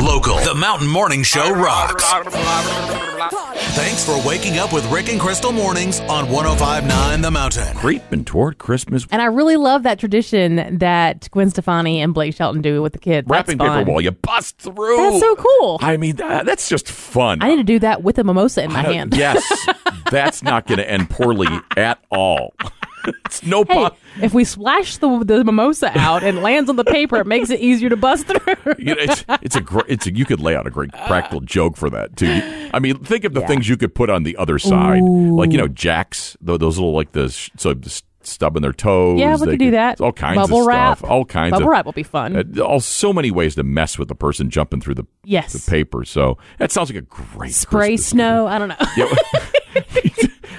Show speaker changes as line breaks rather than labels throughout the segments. local. The Mountain Morning Show rocks. Thanks for waking up with Rick and Crystal mornings on 1059 The Mountain.
Creeping toward Christmas.
And I really love that tradition that Gwen Stefani and Blake Shelton do with the kids. That's
Wrapping paper
fun.
while you bust through.
That's so cool. I,
I mean, that, that's just fun.
need to do that with a mimosa in my
Uh,
hand.
Yes, that's not going to end poorly at all. it's no
Hey,
pop.
if we splash the, the mimosa out and lands on the paper, it makes it easier to bust through.
You know, it's, it's a great. It's a, you could lay out a great practical
Uh,
joke for that too. You- I mean, think of the things you could put on the other side, like you know, jacks. tho- Those little like the sh- so the s- stubbing their toes.
yeah, we
They
could do that.
All kinds
Bubble
of
wrap.
stuff. All kinds
Bubble
of
wrap will be fun.
uh, all so many ways to mess with the person jumping through the
yes.
the paper. So that sounds like a great
Spray
Christmas
snow. I don't know.
Yeah.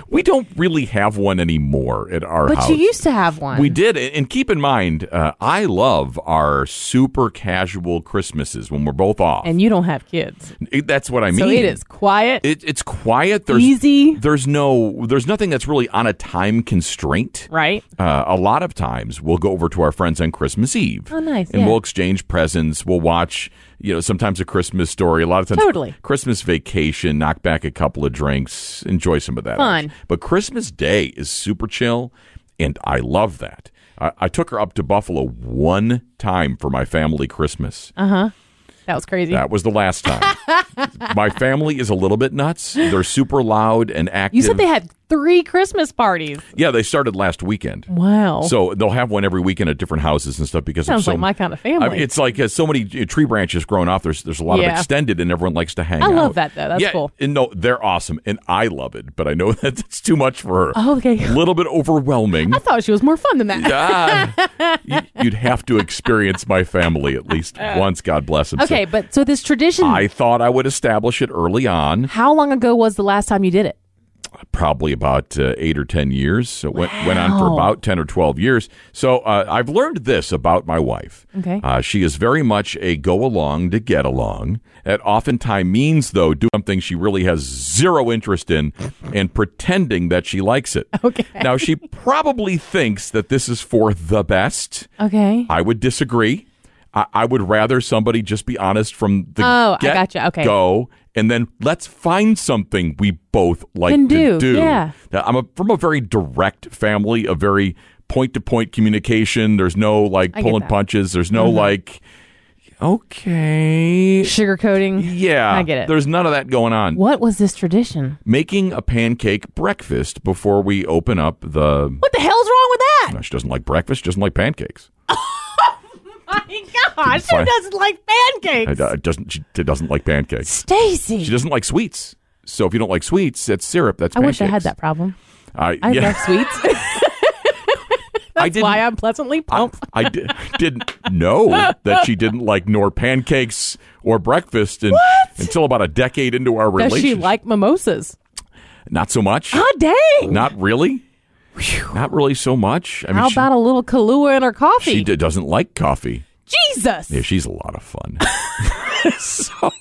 we don't really have one anymore at our
But
house.
you used to have one.
we did, and and keep in mind, uh, I love our super casual Christmases when we're both off.
and you don't have kids.
It- that's what I mean.
so it is quiet.
It, it's quiet. There's
Easy.
There's no. There's nothing that's really on a time constraint.
right?
Uh, a lot of times, we'll go over to our friends on Christmas Eve.
Oh, nice,
And
yeah.
we'll exchange presents. We'll watch, you know, sometimes a Christmas story. A lot of times,
Totally.
Christmas vacation. Knock back a couple of drinks. Enjoy some of that.
Fun.
actually. But Christmas Day is super chill, and I love that. I, I took her up to Buffalo one time for my family Christmas.
Uh-huh. That was crazy.
That was the last time. My family is a little bit nuts. They're super loud and active.
you said they had three Christmas parties.
yeah, they started last weekend.
Wow.
So they'll have one every weekend at different houses and stuff because
Sounds
of so
like my kind of family.
I mean, it's like uh, so many uh, tree branches growing off. There's there's a lot of
Yeah.
extended, and everyone likes to hang
I
out.
love that, though. That's
yeah,
cool.
And no, they're awesome, and I love it. But I know that it's too much for her.
Oh, okay.
a little bit overwhelming.
I thought she was more fun than that.
Ah, you- you'd have to experience my family at least once. God bless them. So
Okay, but so this tradition,
I thought I would establish it early on.
how long ago was the last time you did it?
probably about uh, eight or ten years. So it went went on for
Wow.
about ten or twelve years. So uh, I've learned this about my wife.
Okay.
uh, she is very much a go along to get along. That oftentimes means though do something she really has zero interest in, and pretending that she likes it.
Okay.
Now she probably thinks that this is for the best.
Okay.
I would disagree. I, I would rather somebody just be honest from the
Oh, I
get
gotcha. Okay.
go, and then let's find something we both like
Can
to
do,
do.
yeah.
Now, I'm a, from a very direct family, a very point to point communication. There's no like
get
pulling
that. Mm-hmm.
punches. There's no like, okay,
Sugarcoating.
yeah,
I get it.
There's none of that going on.
What was this tradition?
Making a pancake breakfast before we open up the.
What the hell's wrong with that?
No, she doesn't like breakfast. She doesn't like pancakes.
My gosh,
Fine.
who doesn't like pancakes?
Uh, doesn't she doesn't like pancakes? She
Stacy.
doesn't like sweets. So if you don't like sweets, that's syrup. That's
I wish I had that
pancakes.
problem.
I,
I
yeah,
love sweets. That's
I didn't,
why I'm pleasantly plump.
I di- didn't know that she didn't like nor pancakes or breakfast and, until about a decade into our
Does
relationship.
she like mimosas?
Not so much.
God dang.
Not really. Not really so much. I mean,
How
she,
about a little Kahlua in her coffee?
she d- doesn't like coffee.
Jesus.
Yeah, she's a lot of fun. so,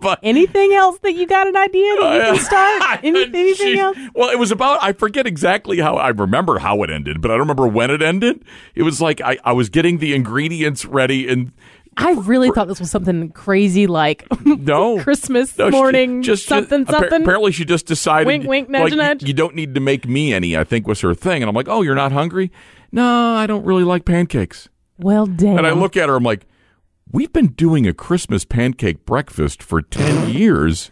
but
Anything else that you got an idea
Oh,
that you can start? Any- anything
She-
else?
Well, it was about, I forget exactly how, I remember how it ended, but I don't remember when it ended. It was like I, I was getting the ingredients ready and
I really thought this was something crazy like
no.
Christmas
No, she-
morning, something,
appar-
something.
Apparently, she just decided.
Wink, wink, nudge,
like, you-
nudge.
You, don't need to make me any. I think was her thing, and I'm like, oh, you're not hungry? No, I don't really like pancakes.
well, damn.
And I look at her, I'm like, we've been doing a Christmas pancake breakfast for 10 years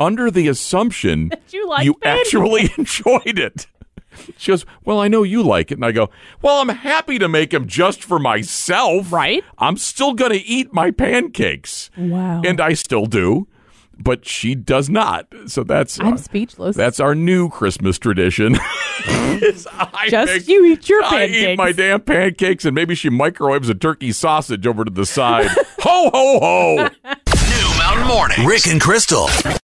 under the assumption that
you liked pancakes.
actually enjoyed it. She goes, Well, I know you like it. And I go, Well, I'm happy to make them just for myself.
Right.
I'm still going to eat my pancakes.
Wow.
And I still do, but she does not. So that's.
I'm speechless.
That's our new Christmas tradition. Is I
Just you eat your
I eat
pancakes.
my damn pancakes, and maybe she microwaves a turkey sausage over to the side. ho ho ho!
New Mountain Morning. Rick and Crystal.